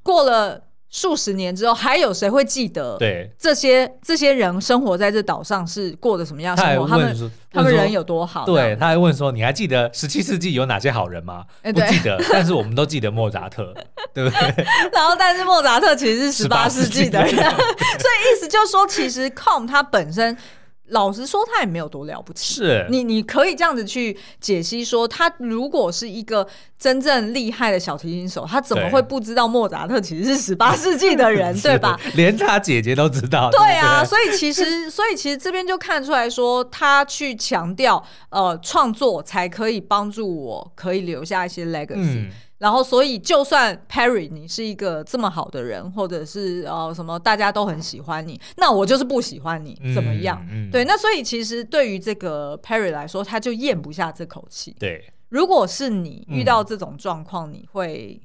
Speaker 1: 过了数十年之后，还有谁会记得？
Speaker 2: 对。
Speaker 1: 这些这些人生活在这岛上是过着什么样的
Speaker 2: 他还
Speaker 1: 生活？他
Speaker 2: 问
Speaker 1: 们
Speaker 2: 说，
Speaker 1: 他们
Speaker 2: 问说
Speaker 1: 人有多好？这
Speaker 2: 对，
Speaker 1: 样，
Speaker 2: 他还问说：“你还记得十七世纪有哪些好人吗？”
Speaker 1: 哎
Speaker 2: 不
Speaker 1: 对
Speaker 2: 记得，但是我们都记得莫扎特，对 不对？
Speaker 1: 然后但是莫扎特其实是十八
Speaker 2: 18
Speaker 1: 世纪的人，
Speaker 2: 世
Speaker 1: 所
Speaker 2: 纪的
Speaker 1: 以意思就是说，其实 Com 他本身，老实说，他也没有多了不起。
Speaker 2: 是，
Speaker 1: 你你可以这样子去解析说，他如果是一个真正厉害的小提琴手，他怎么
Speaker 2: 对
Speaker 1: 会不知道莫扎特其实是十八世纪 的人，对吧？
Speaker 2: 是？连他姐姐都知道，
Speaker 1: 对 啊，
Speaker 2: 不
Speaker 1: 所以其实，所以其实这边就看出来说，他去强调，呃，创作才可以帮助我，可以留下一些 legacy、
Speaker 2: 嗯，
Speaker 1: 然后，所以就算 Perry 你是一个这么好的人，或者是呃什么大家都很喜欢你，那我就是不喜欢你，怎么样？
Speaker 2: 嗯？嗯，
Speaker 1: 对，那所以其实对于这个 Perry 来说，他就咽不下这口气。
Speaker 2: 对，
Speaker 1: 如果是你
Speaker 2: 嗯
Speaker 1: 遇到这种状况，你会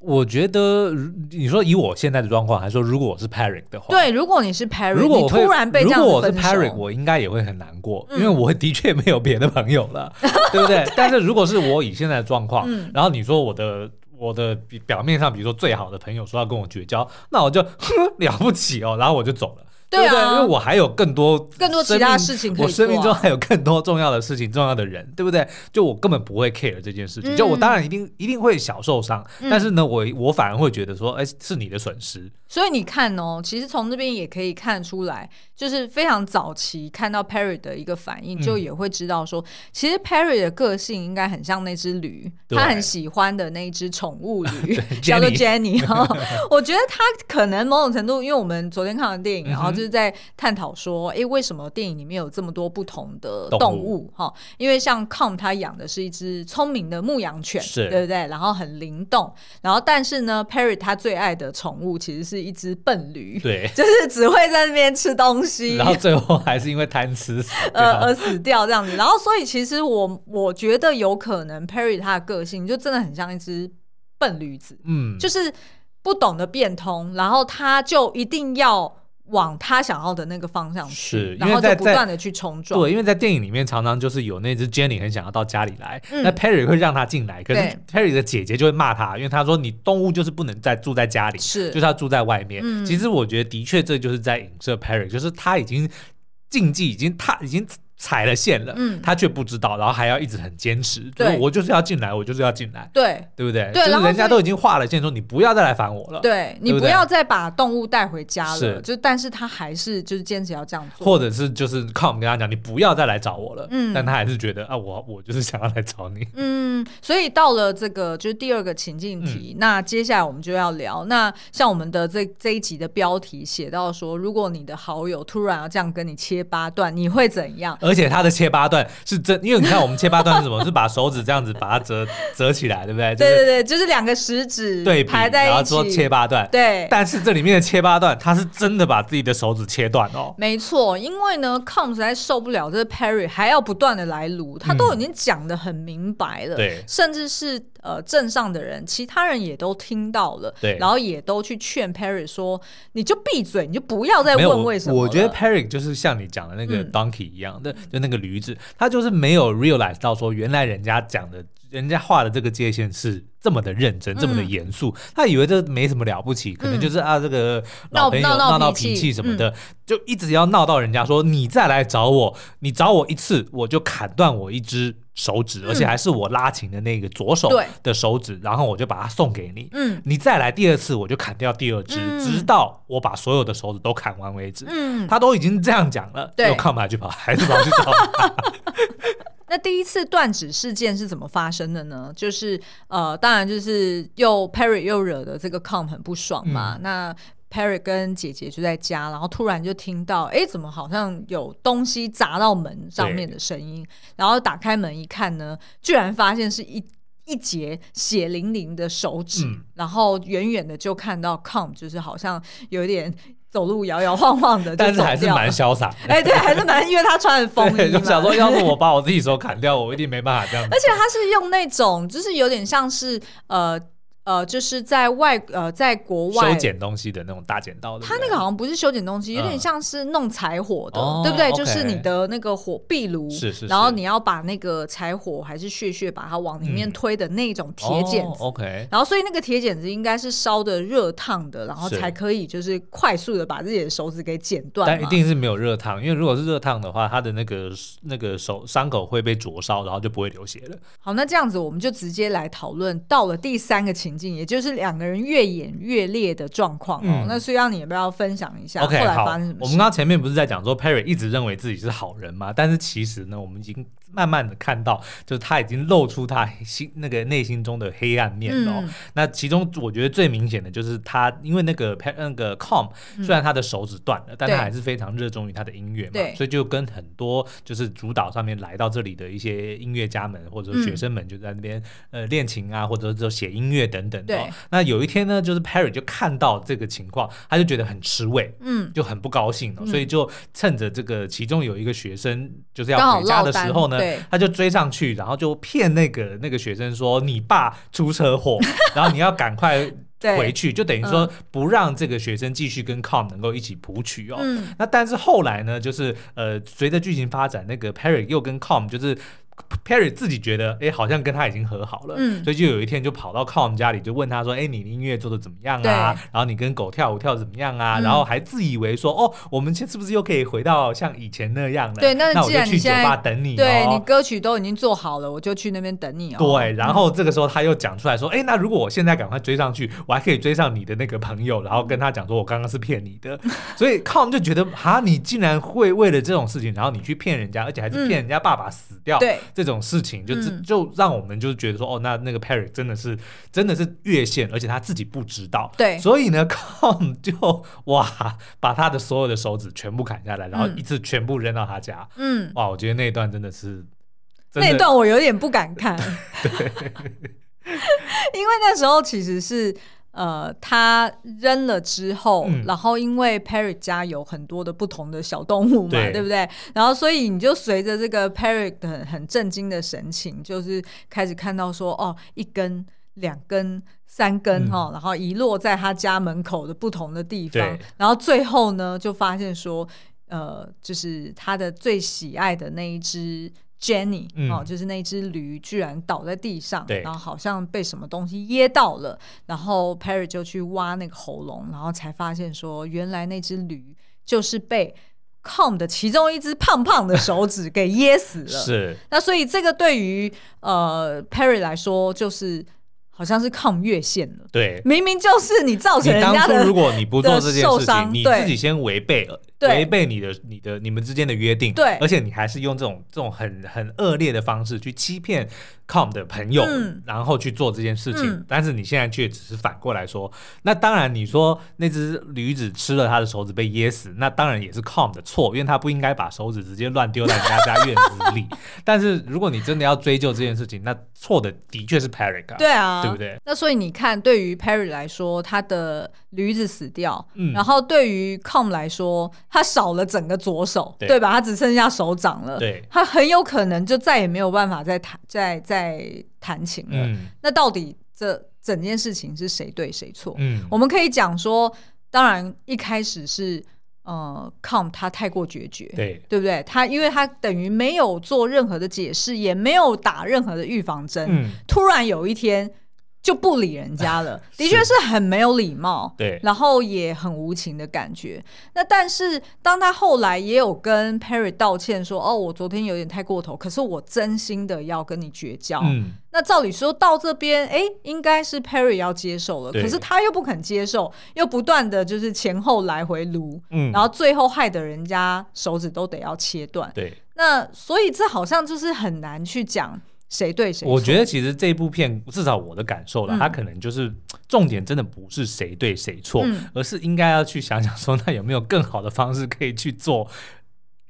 Speaker 2: 我觉得如你说以我现在的状况，还说如果我是 Parik 的话，
Speaker 1: 对？如果你是 Perry，
Speaker 2: 哦如果
Speaker 1: 你
Speaker 2: 我会
Speaker 1: 突然被这
Speaker 2: 如
Speaker 1: 样
Speaker 2: 果
Speaker 1: 子
Speaker 2: 我是
Speaker 1: 分手，
Speaker 2: Parik，我应该也会很难过，
Speaker 1: 嗯
Speaker 2: 因为我的确没有别的朋友 了，对不对？但是如果是我以现在的状况，
Speaker 1: 嗯
Speaker 2: 然后你说我的。我的比表面上，比如说最好的朋友说要跟我绝交，那我就哼了不起哦，然后我就走了，
Speaker 1: 对
Speaker 2: 不对？因
Speaker 1: 啊
Speaker 2: 为，我还有更多
Speaker 1: 更多其
Speaker 2: 生
Speaker 1: 他
Speaker 2: 命
Speaker 1: 事情可以
Speaker 2: 我生命
Speaker 1: 做
Speaker 2: 中
Speaker 1: 啊
Speaker 2: 还有更多重要的事情、重要的人，对不对？就我根本不会 care 这件事情。
Speaker 1: 嗯
Speaker 2: 就我当然一定一定会小受伤，
Speaker 1: 嗯
Speaker 2: 但是呢，我我反而会觉得说，哎，是你的损失。
Speaker 1: 所以你看哦，其实从这边也可以看出来，就是非常早期看到 Perry 的一个反应，
Speaker 2: 嗯
Speaker 1: 就也会知道说，其实 Perry 的个性应该很像那只驴，
Speaker 2: 对，
Speaker 1: 他很喜欢的那一只宠物驴 叫做
Speaker 2: Jenny
Speaker 1: Jenny 哦。我觉得他可能某种程度，因为我们昨天看完电影，
Speaker 2: 嗯哼
Speaker 1: 然后就是在探讨说，诶，为什么电影里面有这么多不同的
Speaker 2: 动物
Speaker 1: 动物？哈，因为像 Com 他养的是一只聪明的牧羊犬，
Speaker 2: 是
Speaker 1: 对不对？然后很灵动，然后但是呢，Perry 他最爱的宠物其实是一只笨驴，
Speaker 2: 对，
Speaker 1: 就是只会在那边吃东西，
Speaker 2: 然后最后还是因为贪吃死掉
Speaker 1: 呃而死掉这样子。然后所以其实我我觉得有可能 Perry 他的个性就真的很像一只笨驴子，
Speaker 2: 嗯，
Speaker 1: 就是不懂得变通，然后他就一定要往他想要的那个方向去
Speaker 2: 是，因为
Speaker 1: 然后就
Speaker 2: 在
Speaker 1: 不
Speaker 2: 在
Speaker 1: 断的去冲撞。
Speaker 2: 对，因为在电影里面常常就是有那只 Jenny 很想要到家里来，
Speaker 1: 嗯
Speaker 2: 那 Perry 会让她进来，可是
Speaker 1: 对
Speaker 2: Perry 的姐姐就会骂她，因为她说你动物就是不能再住在家里，
Speaker 1: 是
Speaker 2: 就是要住在外面。
Speaker 1: 嗯
Speaker 2: 其实我觉得的确这就是在影射 Perry，就是他已经禁忌已经踏已经踩了线了，
Speaker 1: 嗯
Speaker 2: 他却不知道，然后还要一直很坚持，就
Speaker 1: 对
Speaker 2: 是我就是要进来，我就是要进来，
Speaker 1: 对
Speaker 2: 对不对？
Speaker 1: 对然
Speaker 2: 就是
Speaker 1: 后
Speaker 2: 人家
Speaker 1: 所以
Speaker 2: 都已经画了线，说你不要再来烦我了，
Speaker 1: 对，你
Speaker 2: 对不
Speaker 1: 不
Speaker 2: 对
Speaker 1: 要再把动物带回家了，
Speaker 2: 是
Speaker 1: 就但是他还是就是坚持要这样做。
Speaker 2: 或者是就是靠我们跟他讲，你不要再来找我了，
Speaker 1: 嗯
Speaker 2: 但他还是觉得啊，我我就是想要来找你，
Speaker 1: 嗯，所以到了这个就是第二个情
Speaker 2: 嗯
Speaker 1: 境题，那接下来我们就要聊。那像我们的这这一集的标题写到说，如果你的好友突然要这样跟你切八段，你会怎样？
Speaker 2: 而且他的切八段是真，因为你看我们切八段是什么？是把手指这样子把它折折起来，对不对？就
Speaker 1: 对
Speaker 2: 是
Speaker 1: 对对，就是两个食指
Speaker 2: 对比，
Speaker 1: 排在一
Speaker 2: 然后
Speaker 1: 起，
Speaker 2: 说切八段。
Speaker 1: 对。
Speaker 2: 但是这里面的切八段，他是真的把自己的手指切断哦。
Speaker 1: 没错，因为呢，Com 实在受不了这个 Perry 还要不断的来撸，他都已经讲的很明白了，
Speaker 2: 对
Speaker 1: 甚至是呃镇上的人，其他人也都听到了，
Speaker 2: 对
Speaker 1: 然后也都去劝 Perry 说，你就闭嘴，你就不要再
Speaker 2: 没有，
Speaker 1: 问
Speaker 2: 我
Speaker 1: 为什么了
Speaker 2: 我觉得 Perry 就是像你讲的那个
Speaker 1: 嗯
Speaker 2: donkey 一样的，就那个驴子，他就是没有 realize 到说，原来人家讲的，人家画的这个界限是这么的认真，这么的
Speaker 1: 嗯
Speaker 2: 严肃。他以为这没什么了不起，可能就是啊，这个老
Speaker 1: 闹
Speaker 2: 朋友
Speaker 1: 闹闹
Speaker 2: 闹闹
Speaker 1: 脾
Speaker 2: 脾
Speaker 1: 气嗯
Speaker 2: 气什么的，就一直要闹到人家说，你再来找我，你找我一次，我就砍断我一只。手指，而且还是我拉琴的那个左手
Speaker 1: 嗯对
Speaker 2: 的手指，然后我就把它送给你。
Speaker 1: 嗯
Speaker 2: 你再来第二次，我就砍掉第二只，
Speaker 1: 嗯
Speaker 2: 直到我把所有的手指都砍完为止。
Speaker 1: 嗯，
Speaker 2: 他都已经这样讲了，
Speaker 1: 对
Speaker 2: 又看不下去跑，还是跑去找 他。
Speaker 1: 那第一次断指事件是怎么发生的呢？就是呃，当然就是又 Perry 又惹得这个 Com 很不爽嘛。
Speaker 2: 嗯
Speaker 1: 那 Perry 跟姐姐就在家，然后突然就听到，哎，怎么好像有东西砸到门上面的声音？然后打开门一看呢，居然发现是一。一截血淋淋的手指，
Speaker 2: 嗯
Speaker 1: 然后远远的就看到 Com 就是好像有点走路摇摇晃晃的，
Speaker 2: 但是还是蛮
Speaker 1: 小。
Speaker 2: 潇洒的。
Speaker 1: 哎，对，还是蛮，因为他穿很风
Speaker 2: 对，
Speaker 1: 衣
Speaker 2: 就
Speaker 1: 嘛，
Speaker 2: 想说，要是我把我自己手砍掉，我一定没办法这样子
Speaker 1: 而。且他是用那种，就是有点像是呃呃，就是在外呃，在国
Speaker 2: 修
Speaker 1: 外，
Speaker 2: 剪东西的那种大剪刀，
Speaker 1: 他那个好像不是修剪东西，有点
Speaker 2: 嗯
Speaker 1: 像是弄柴火的，
Speaker 2: 哦
Speaker 1: 对不对？
Speaker 2: OK
Speaker 1: 就是你的那个火壁炉，
Speaker 2: 是是是
Speaker 1: 然后你要把那个柴火还是屑屑把它往里面
Speaker 2: 嗯哦
Speaker 1: 推的那种铁剪子。
Speaker 2: o k
Speaker 1: 然后，所以那个铁剪子应该是烧的热烫的，然后
Speaker 2: 是
Speaker 1: 才可以就是快速的把自己的手指给剪断嘛。
Speaker 2: 但一定是没有热烫，因为如果是热烫的话，他的那个那个手伤口会被灼烧，然后就不会流血了。
Speaker 1: 好，那这样子我们就直接来讨论到了第三个情境，也就是两个人越演越烈的状况哦。
Speaker 2: 嗯
Speaker 1: 那所以让你要不要分享一下
Speaker 2: OK，
Speaker 1: 啊后来
Speaker 2: 好，
Speaker 1: 发生什么
Speaker 2: 我
Speaker 1: 事？
Speaker 2: 们刚刚前面不是在讲说 Perry 一直认为自己是好人嘛，但是其实呢，我们已经慢慢的看到，就是他已经露出他心那个内心中的黑暗面了哦、
Speaker 1: 嗯
Speaker 2: 那其中我觉得最明显的就是他，因为那个 Pe- 那个 Com 虽然他的手指断了，但他
Speaker 1: 嗯对
Speaker 2: 还是非常热衷于他的音乐嘛
Speaker 1: 对，
Speaker 2: 所以就跟很多就是主导上面来到这里的一些音乐家们或者
Speaker 1: 嗯
Speaker 2: 说学生们就在那边、呃练琴啊，或者说写音乐等等的哦、
Speaker 1: 对
Speaker 2: 那有一天呢，就是 Perry 就看到这个情况，他就觉得很吃味，
Speaker 1: 嗯，
Speaker 2: 就很不高兴了、
Speaker 1: 嗯
Speaker 2: 所以就趁着这个其中有一个学生就是
Speaker 1: 刚
Speaker 2: 要
Speaker 1: 好
Speaker 2: 回家
Speaker 1: 落
Speaker 2: 的
Speaker 1: 单
Speaker 2: 时候呢
Speaker 1: 对，
Speaker 2: 他就追上去，然后就骗那个那个学生说你爸出车 祸，然后你要赶快
Speaker 1: 对嗯
Speaker 2: 回去，就等于说不让这个学生继续跟 Com 能够一起谱曲哦。
Speaker 1: 嗯
Speaker 2: 那但是后来呢，就是呃，随着剧情发展，那个 Perry 又跟 Com 就是 Perry 自己觉得，哎、好像跟他已经和好了，
Speaker 1: 嗯
Speaker 2: 所以就有一天就跑到 Com 家里，就问他说，哎、你的音乐做的怎么样啊
Speaker 1: 对？
Speaker 2: 然后你跟狗跳舞跳得怎么样啊？
Speaker 1: 嗯
Speaker 2: 然后还自以为说，哦，我们现在是不是又可以回到像以前那样了？
Speaker 1: 对那
Speaker 2: 那我
Speaker 1: 既
Speaker 2: 就
Speaker 1: 然
Speaker 2: 去
Speaker 1: 你
Speaker 2: 酒
Speaker 1: 现在
Speaker 2: 吧等你、哦，
Speaker 1: 对你歌曲都已经做好了，我就去那边等你哦。
Speaker 2: 对，然后这个时候他又讲出来说：“哎、那如果我现在赶快追上去，我还可以追上你的那个朋友，然后跟他讲说我刚刚是骗 你的。”所以 Com 就觉得哈，你竟然会为了这种事情，然后你去骗人家，而且还是骗人家爸爸死掉，
Speaker 1: 嗯对
Speaker 2: 这种事情，就这
Speaker 1: 嗯
Speaker 2: 就让我们就觉得说，哦，那那个 Perry 真的是真的是越线，而且他自己不知道。
Speaker 1: 对
Speaker 2: 所以呢，Com 就哇，把他的所有的手指全部砍下来，然后
Speaker 1: 嗯
Speaker 2: 一次全部扔到他家。
Speaker 1: 嗯，
Speaker 2: 哇，我觉得那一段真的是。真
Speaker 1: 那
Speaker 2: 的
Speaker 1: 段我有点不敢 看，因为那时候其实是呃，他扔了之后，
Speaker 2: 嗯
Speaker 1: 然后因为 Perry 家有很多的不同的小动物嘛，对
Speaker 2: 对
Speaker 1: 不对？然后所以你就随着这个 Perry 的很很震惊的神情，就是开始看到说哦，一根、两根、三根
Speaker 2: 嗯
Speaker 1: 哈、哦然后遗落在他家门口的不同的地方
Speaker 2: 对，
Speaker 1: 然后最后呢，就发现说。呃，就是他的最喜爱的那一只 Jenny、
Speaker 2: 嗯
Speaker 1: 哦，就是那一只驴，居然倒在地上，
Speaker 2: 对
Speaker 1: 然后好像被什么东西噎到了，然后 Perry 就去挖那个喉咙，然后才发现说，原来那只驴就是被 Com 的其中一只胖胖的手指给噎死了。
Speaker 2: 是
Speaker 1: 那所以这个对于呃 Perry 来说，就是好像是 Com 越线了。
Speaker 2: 对。
Speaker 1: 明明就是你造成
Speaker 2: 你
Speaker 1: 人
Speaker 2: 当
Speaker 1: 家
Speaker 2: 初
Speaker 1: 的
Speaker 2: 如果你不做这
Speaker 1: 的
Speaker 2: 件
Speaker 1: 受
Speaker 2: 事情，
Speaker 1: 伤
Speaker 2: 你
Speaker 1: 对
Speaker 2: 自己先违背了，
Speaker 1: 对
Speaker 2: 违背你的、你的、你们之间的约定，
Speaker 1: 对
Speaker 2: 而且你还是用这种这种很很恶劣的方式去欺骗 com 的朋友，
Speaker 1: 嗯
Speaker 2: 然后去做这件事情。
Speaker 1: 嗯
Speaker 2: 但是你现在却只是反过来说，那当然你说那只驴子吃了他的手指被噎死，那当然也是 com 的错，因为他不应该把手指直接乱丢在人家家院 子里。但是如果你真的要追究这件事情，那错的的确是 Perica，、
Speaker 1: 对啊，
Speaker 2: 对不对？
Speaker 1: 那所以你看，对于 Perry 来说，他的驴子死掉，
Speaker 2: 嗯
Speaker 1: 然后对于 Com 来说，他少了整个左手，
Speaker 2: 对
Speaker 1: 吧？他只剩下手掌了，
Speaker 2: 对
Speaker 1: 他很有可能就再也没有办法再弹、再再弹琴了。
Speaker 2: 嗯
Speaker 1: 那到底这整件事情是谁对谁错？
Speaker 2: 嗯，
Speaker 1: 我们可以讲说，当然一开始是呃，Com 他太过决绝，
Speaker 2: 对。
Speaker 1: 对不对？他因为他等于没有做任何的解释，也没有打任何的预防针，
Speaker 2: 嗯，
Speaker 1: 突然有一天就不理人家 了，的确是很没有礼貌，
Speaker 2: 对
Speaker 1: 然后也很无情的感觉。那但是当他后来也有跟 Perry 道歉说：“哦，我昨天有点太过头，可是我真心的要跟你绝交。
Speaker 2: 嗯，
Speaker 1: 那照理说到这边，哎，应该是 Perry 要接受了，
Speaker 2: 对
Speaker 1: 可是他又不肯接受，又不断的就是前后来回撸。
Speaker 2: 嗯，
Speaker 1: 然后最后害得人家手指都得要切断，
Speaker 2: 对，
Speaker 1: 那所以这好像就是很难去讲谁对谁错。
Speaker 2: 我觉得其实这部片至少我的感受了，
Speaker 1: 嗯
Speaker 2: 它可能就是重点真的不是谁对谁错，
Speaker 1: 嗯
Speaker 2: 而是应该要去想想说， 那有没有更好的方式可以去做。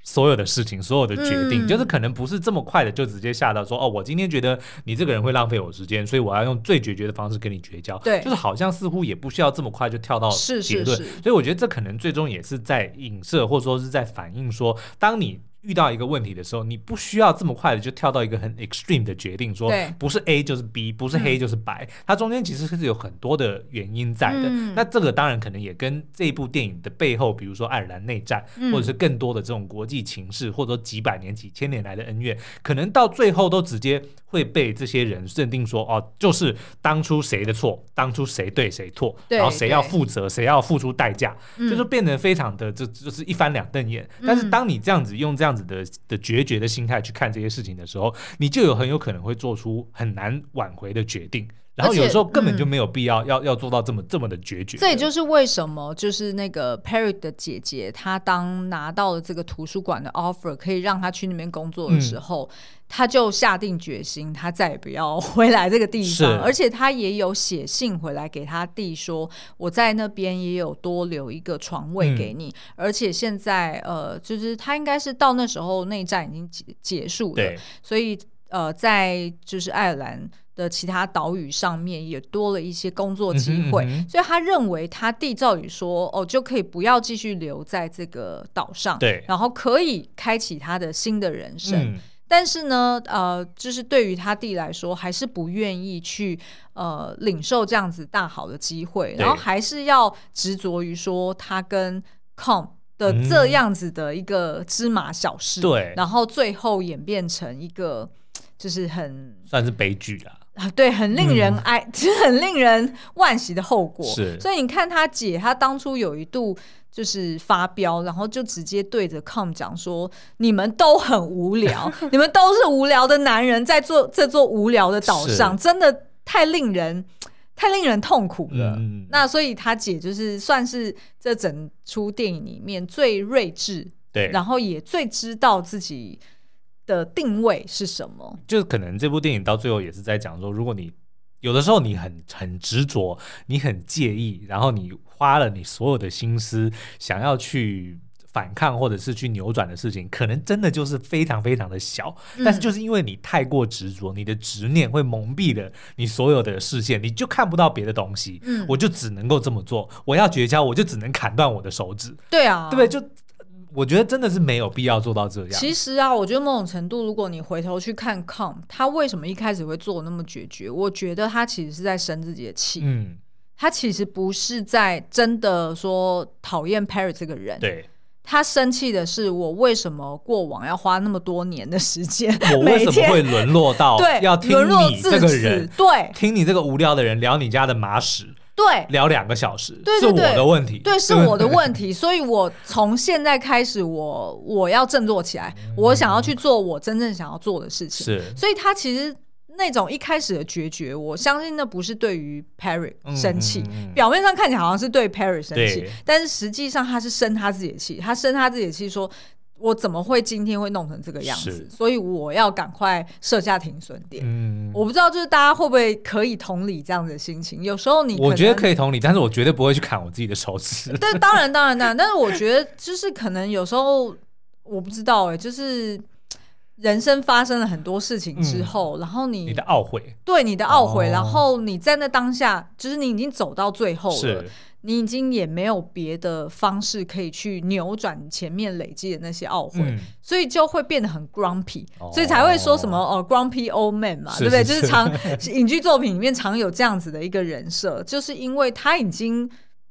Speaker 2: 所有的事情，所有的决定，
Speaker 1: 嗯
Speaker 2: 就是可能不是这么快的就直接下到说哦，我今天觉得你这个人会浪费我时间，所以我要用最决绝的方式跟你绝交。
Speaker 1: 对
Speaker 2: 就是好像似乎也不需要这么快就跳到
Speaker 1: 是
Speaker 2: 结
Speaker 1: 是
Speaker 2: 论。
Speaker 1: 是
Speaker 2: 所以我觉得这可能最终也是在影射，或者说是在反映说，当你遇到一个问题的时候，你不需要这么快的就跳到一个很 extreme 的决定，说
Speaker 1: 对嗯
Speaker 2: 不是 A 就是 B，不是黑就是白，它中间其实是有很多的原因在的。
Speaker 1: 嗯
Speaker 2: 那这个当然可能也跟这部电影的背后，比如说爱尔兰内战，
Speaker 1: 嗯
Speaker 2: 或者是更多的这种国际情势，或者说几百年、几千年来的恩怨，可能到最后都直接会被这些人认定说，哦，就是当初谁的错，当初谁对谁错，
Speaker 1: 对
Speaker 2: 然后谁要
Speaker 1: 对
Speaker 2: 负责，谁要付出代价，
Speaker 1: 嗯
Speaker 2: 就是变得非常的这就是一翻两瞪眼。但是当你这样子用这样子的的决绝的心态去看这些事情的时候，你就有很有可能会做出很难挽回的决定。然后
Speaker 1: 而且嗯
Speaker 2: 有时候根本就没有必要、要要做到这么这么的决绝。
Speaker 1: 这也就是为什么，就是那个 Perry 的姐姐，她当拿到了这个图书馆的 offer，可以让她去那边工作的时候，她就下定决心，她再也不要回来这个地
Speaker 2: 是
Speaker 1: 方。而且她也有写信回来给她弟说，我在那边也有多留一个床
Speaker 2: 嗯
Speaker 1: 位给你。而且现在，呃，就是她应该是到那时候内战已经结结束了
Speaker 2: 对，，
Speaker 1: 所以呃，在就是爱尔兰的其他岛屿上面也多了一些工作机会，
Speaker 2: 嗯哼嗯哼
Speaker 1: 所以他认为他弟照理说哦就可以不要继续留在这个岛上，
Speaker 2: 对
Speaker 1: 然后可以开启他的新的人生。
Speaker 2: 嗯，
Speaker 1: 但是呢，呃，就是对于他弟来说，还是不愿意去呃领受这样子大好的机会，
Speaker 2: 对
Speaker 1: 然后还是要执着于说他跟 Com 的这样子的一个芝麻小事，
Speaker 2: 嗯对
Speaker 1: 然后最后演变成一个就是很
Speaker 2: 算是悲剧啦。
Speaker 1: 啊， 对，很令人哀， 其实很令人惋惜的后果。
Speaker 2: 嗯是
Speaker 1: 所以你看他姐，她当初有一度就是发飙，然后就直接对着 Com 讲说：“你们都很无 聊，你们都是无聊的男人，在做这座无聊的岛上，真的太令人太令人痛苦了。
Speaker 2: 嗯
Speaker 1: 那所以他姐就是算是这整出电影里面最睿智，
Speaker 2: 对，
Speaker 1: 然后也最知道自己的定位是什么。
Speaker 2: 就是可能这部电影到最后也是在讲说，如果你有的时候你很很执着，你很介意，然后你花了你所有的心思想要去。反抗或者是去扭转的事情，可能真的就是非常非常的小，
Speaker 1: 嗯
Speaker 2: 但是就是因为你太过执着，你的执念会蒙蔽了你所有的视线，你就看不到别的东西。
Speaker 1: 嗯
Speaker 2: 我就只能够这么做，我要绝交，我就只能砍断我的手指，
Speaker 1: 对啊，
Speaker 2: 对不对？就呃我觉得真的是没有必要做到这样。
Speaker 1: 其实啊，我觉得某种程度，如果你回头去看 Com，他为什么一开始会做那么决绝？我觉得他其实是在生自己的气，
Speaker 2: 嗯，
Speaker 1: 他其实不是在真的说讨厌 Perry 这个人，
Speaker 2: 对。
Speaker 1: 他生气的是我为什么过往要花那么多年的时间，
Speaker 2: 我为什
Speaker 1: 每天
Speaker 2: 么会沦落到
Speaker 1: 对
Speaker 2: 要听
Speaker 1: 沦落
Speaker 2: 你
Speaker 1: 至
Speaker 2: 这个
Speaker 1: 此
Speaker 2: 人，
Speaker 1: 对
Speaker 2: 听你这个无聊的人聊你家的马屎，
Speaker 1: 对
Speaker 2: 聊两个小时，
Speaker 1: 对对
Speaker 2: 是我
Speaker 1: 对
Speaker 2: 的问题，
Speaker 1: 对，是我的问题，所以我从现在开始我，我要振作起来，我想要去做我真正想要做的事情。
Speaker 2: 是
Speaker 1: 所以他其实那种一开始的决绝，我相信那不是对于 Perry
Speaker 2: 嗯
Speaker 1: 生气，
Speaker 2: 嗯嗯嗯
Speaker 1: 表面上看起来好像是对 Perry 生气
Speaker 2: 对，
Speaker 1: 但是实际上他是生他自己的气，他生他自己的气说。我怎么会今天会弄成这个样子
Speaker 2: 是？
Speaker 1: 所以我要赶快设下停损点。
Speaker 2: 嗯，
Speaker 1: 我不知道，就是大家会不会可以同理这样子的心情？有时候你
Speaker 2: 我觉得可
Speaker 1: 以，
Speaker 2: 以同理，但是我绝对不会去砍我自己的手指。
Speaker 1: 但当然当然当然，但是我觉得就是可能有时候我不知道哎、就是人生发生了很多事情之后，然后
Speaker 2: 嗯 你的懊悔
Speaker 1: 对你的懊悔，
Speaker 2: 哦
Speaker 1: 然后你在那当下，就是你已经走到最后了
Speaker 2: 是，
Speaker 1: 你已经也没有别的方式可以去扭转你前面累积的那些懊悔，
Speaker 2: 嗯，
Speaker 1: 所以就会变得很 grumpy，、
Speaker 2: 哦
Speaker 1: 所以才会说什么哦 grumpy old man 嘛，对
Speaker 2: 是
Speaker 1: 不对？
Speaker 2: 是
Speaker 1: 就是
Speaker 2: 是
Speaker 1: 常 影剧作品里面常有这样子的一个人设，就是因为他已经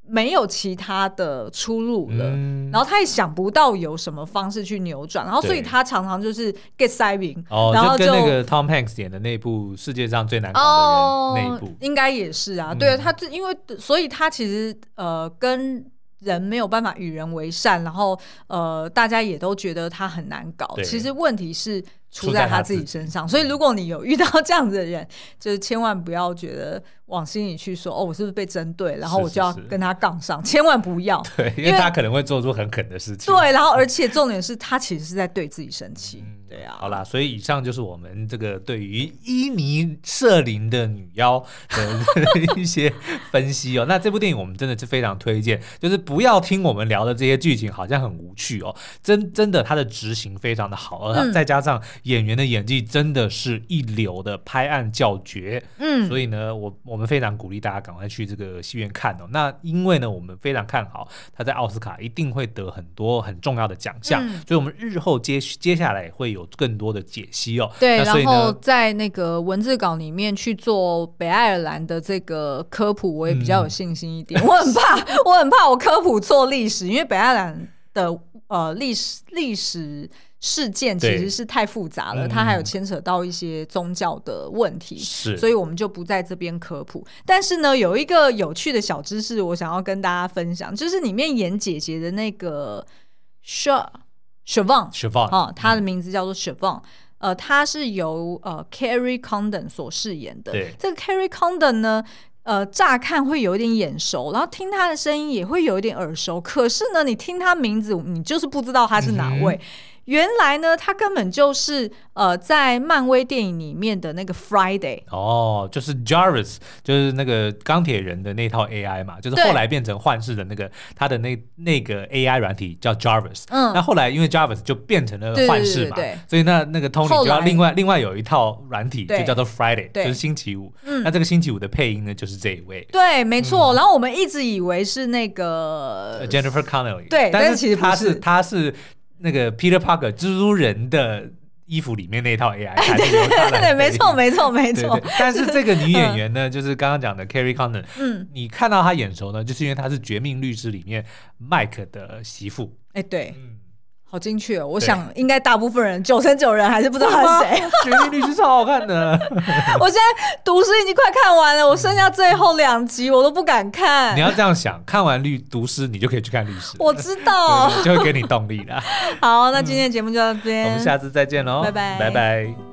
Speaker 1: 没有其他的出路了。
Speaker 2: 嗯
Speaker 1: 然后他也想不到有什么方式去扭转，然后所以
Speaker 2: 对
Speaker 1: 他常常就是 get saving，、
Speaker 2: 哦，
Speaker 1: 然后
Speaker 2: 就跟那个 Tom Hanks 演的那部世界上最难搞
Speaker 1: 哦
Speaker 2: 的人那一部，
Speaker 1: 应该也是啊。
Speaker 2: 嗯
Speaker 1: 对，他这因为所以他其实呃跟人没有办法与人为善，然后呃大家也都觉得他很难搞。
Speaker 2: 对
Speaker 1: 其实问题是出
Speaker 2: 出
Speaker 1: 在
Speaker 2: 在
Speaker 1: 他
Speaker 2: 他
Speaker 1: 自己
Speaker 2: 自己嗯
Speaker 1: 身上，所以如果你有遇到这样子的人，就是千万不要觉得往心里去说哦，我是不是被针对，然后
Speaker 2: 是
Speaker 1: 我
Speaker 2: 是
Speaker 1: 就要
Speaker 2: 是
Speaker 1: 跟他杠上，千万不 要。
Speaker 2: 对，
Speaker 1: 因
Speaker 2: 因为
Speaker 1: 为
Speaker 2: 他可能会做出很狠的事情。
Speaker 1: 对，然后而且重点是他其实是在对自己生气。
Speaker 2: 嗯
Speaker 1: 对啊，
Speaker 2: 好啦，所以以上就是我们这个对于伊尼舍林的女妖的 一些分析哦。那这部电影我们真的是非常推荐，就是不要听我们聊的这些剧情好像很无趣哦，真真的它的执行非常的好，而
Speaker 1: 嗯
Speaker 2: 再加上演员的演技真的是一流的，拍案叫绝。
Speaker 1: 嗯，
Speaker 2: 所以呢，我我们非常鼓励大家赶快去这个戏院看哦。那因为呢，我们非常看好他在奥斯卡一定会得很多很重要的奖项，
Speaker 1: 嗯
Speaker 2: 所以我们日后接接下来也会有更多的解析哦。
Speaker 1: 对，
Speaker 2: 那所以
Speaker 1: 然后
Speaker 2: 呢。
Speaker 1: 在那个文字稿里面去做北爱尔兰的这个科普，我也比较有信心一 点。我很怕，我很怕我科普错历史，因为北爱尔兰的呃历史历史事件其
Speaker 2: 对
Speaker 1: 实是太复杂了，
Speaker 2: 嗯
Speaker 1: 它还有牵扯到一些宗教的问题。
Speaker 2: 是，
Speaker 1: 所以我们就不在这边科普。但是呢，有一个有趣的小知识，我想要跟大家分享，就是里面演姐姐的那个 Shaw Shavon，
Speaker 2: s h a v o n
Speaker 1: 哦，他的名字叫做 Siobhan。呃，他是由呃 Carrie Condon 所饰演的。
Speaker 2: 对
Speaker 1: 这个 Carrie Condon 呢，呃，乍看会有一点眼熟，然后听他的声音也会有一点耳熟。可是呢，你听他名字，你就是不知道他是哪
Speaker 2: 嗯
Speaker 1: 位。原来呢，他根本就是呃，在漫威电影里面的那个 Friday。
Speaker 2: 哦，就是 Jarvis，就是那个钢铁人的那套 AI 嘛，就是
Speaker 1: 对
Speaker 2: 后来变成幻视的那个他的那那个 AI 软体叫 Jarvis。
Speaker 1: 嗯
Speaker 2: 那后来因为 Jarvis 就变成了
Speaker 1: 对对
Speaker 2: 幻视嘛，
Speaker 1: 对对对
Speaker 2: 所以那那个 Tony
Speaker 1: 后
Speaker 2: 就要
Speaker 1: 来
Speaker 2: 另外另外有一套软体
Speaker 1: 对
Speaker 2: 就叫做 Friday，
Speaker 1: 对
Speaker 2: 就是星期五。
Speaker 1: 嗯
Speaker 2: 那这个星期五的配音呢，就是这一位。
Speaker 1: 对，没错。然后我们一直以为是那个
Speaker 2: 嗯呃 Jennifer Connelly，
Speaker 1: 对但
Speaker 2: 但
Speaker 1: 是其实不
Speaker 2: 他
Speaker 1: 是
Speaker 2: 他是那个 Peter Parker 蜘蛛人的衣服里面那一套 AI，还是由 他来
Speaker 1: 对对，没
Speaker 2: 配音
Speaker 1: 错，没错，没
Speaker 2: 对
Speaker 1: 错
Speaker 2: 对。，但是这个女演员呢，就是刚刚讲的 Carrie Condon，
Speaker 1: 嗯，
Speaker 2: 你看到她眼熟呢，就是因为她是《绝命律师》里面 Mike 的媳妇。
Speaker 1: 哎，对，
Speaker 2: 嗯，
Speaker 1: 好精确、哦！我
Speaker 2: 对
Speaker 1: 想应该大部分人九成九人还是不知道他是谁。
Speaker 2: 《绝命律师》超好看的。
Speaker 1: 我现在读诗已经快看完了，我剩下最后两集我都不敢看
Speaker 2: 你。要这样想，看完律读师，你就可以去看律师，
Speaker 1: 我知道
Speaker 2: 对。对对就会给你动力的。
Speaker 1: 好，那今天的节目就到这
Speaker 2: 我
Speaker 1: 边。
Speaker 2: 们下次再见喽，
Speaker 1: 拜拜
Speaker 2: 拜拜。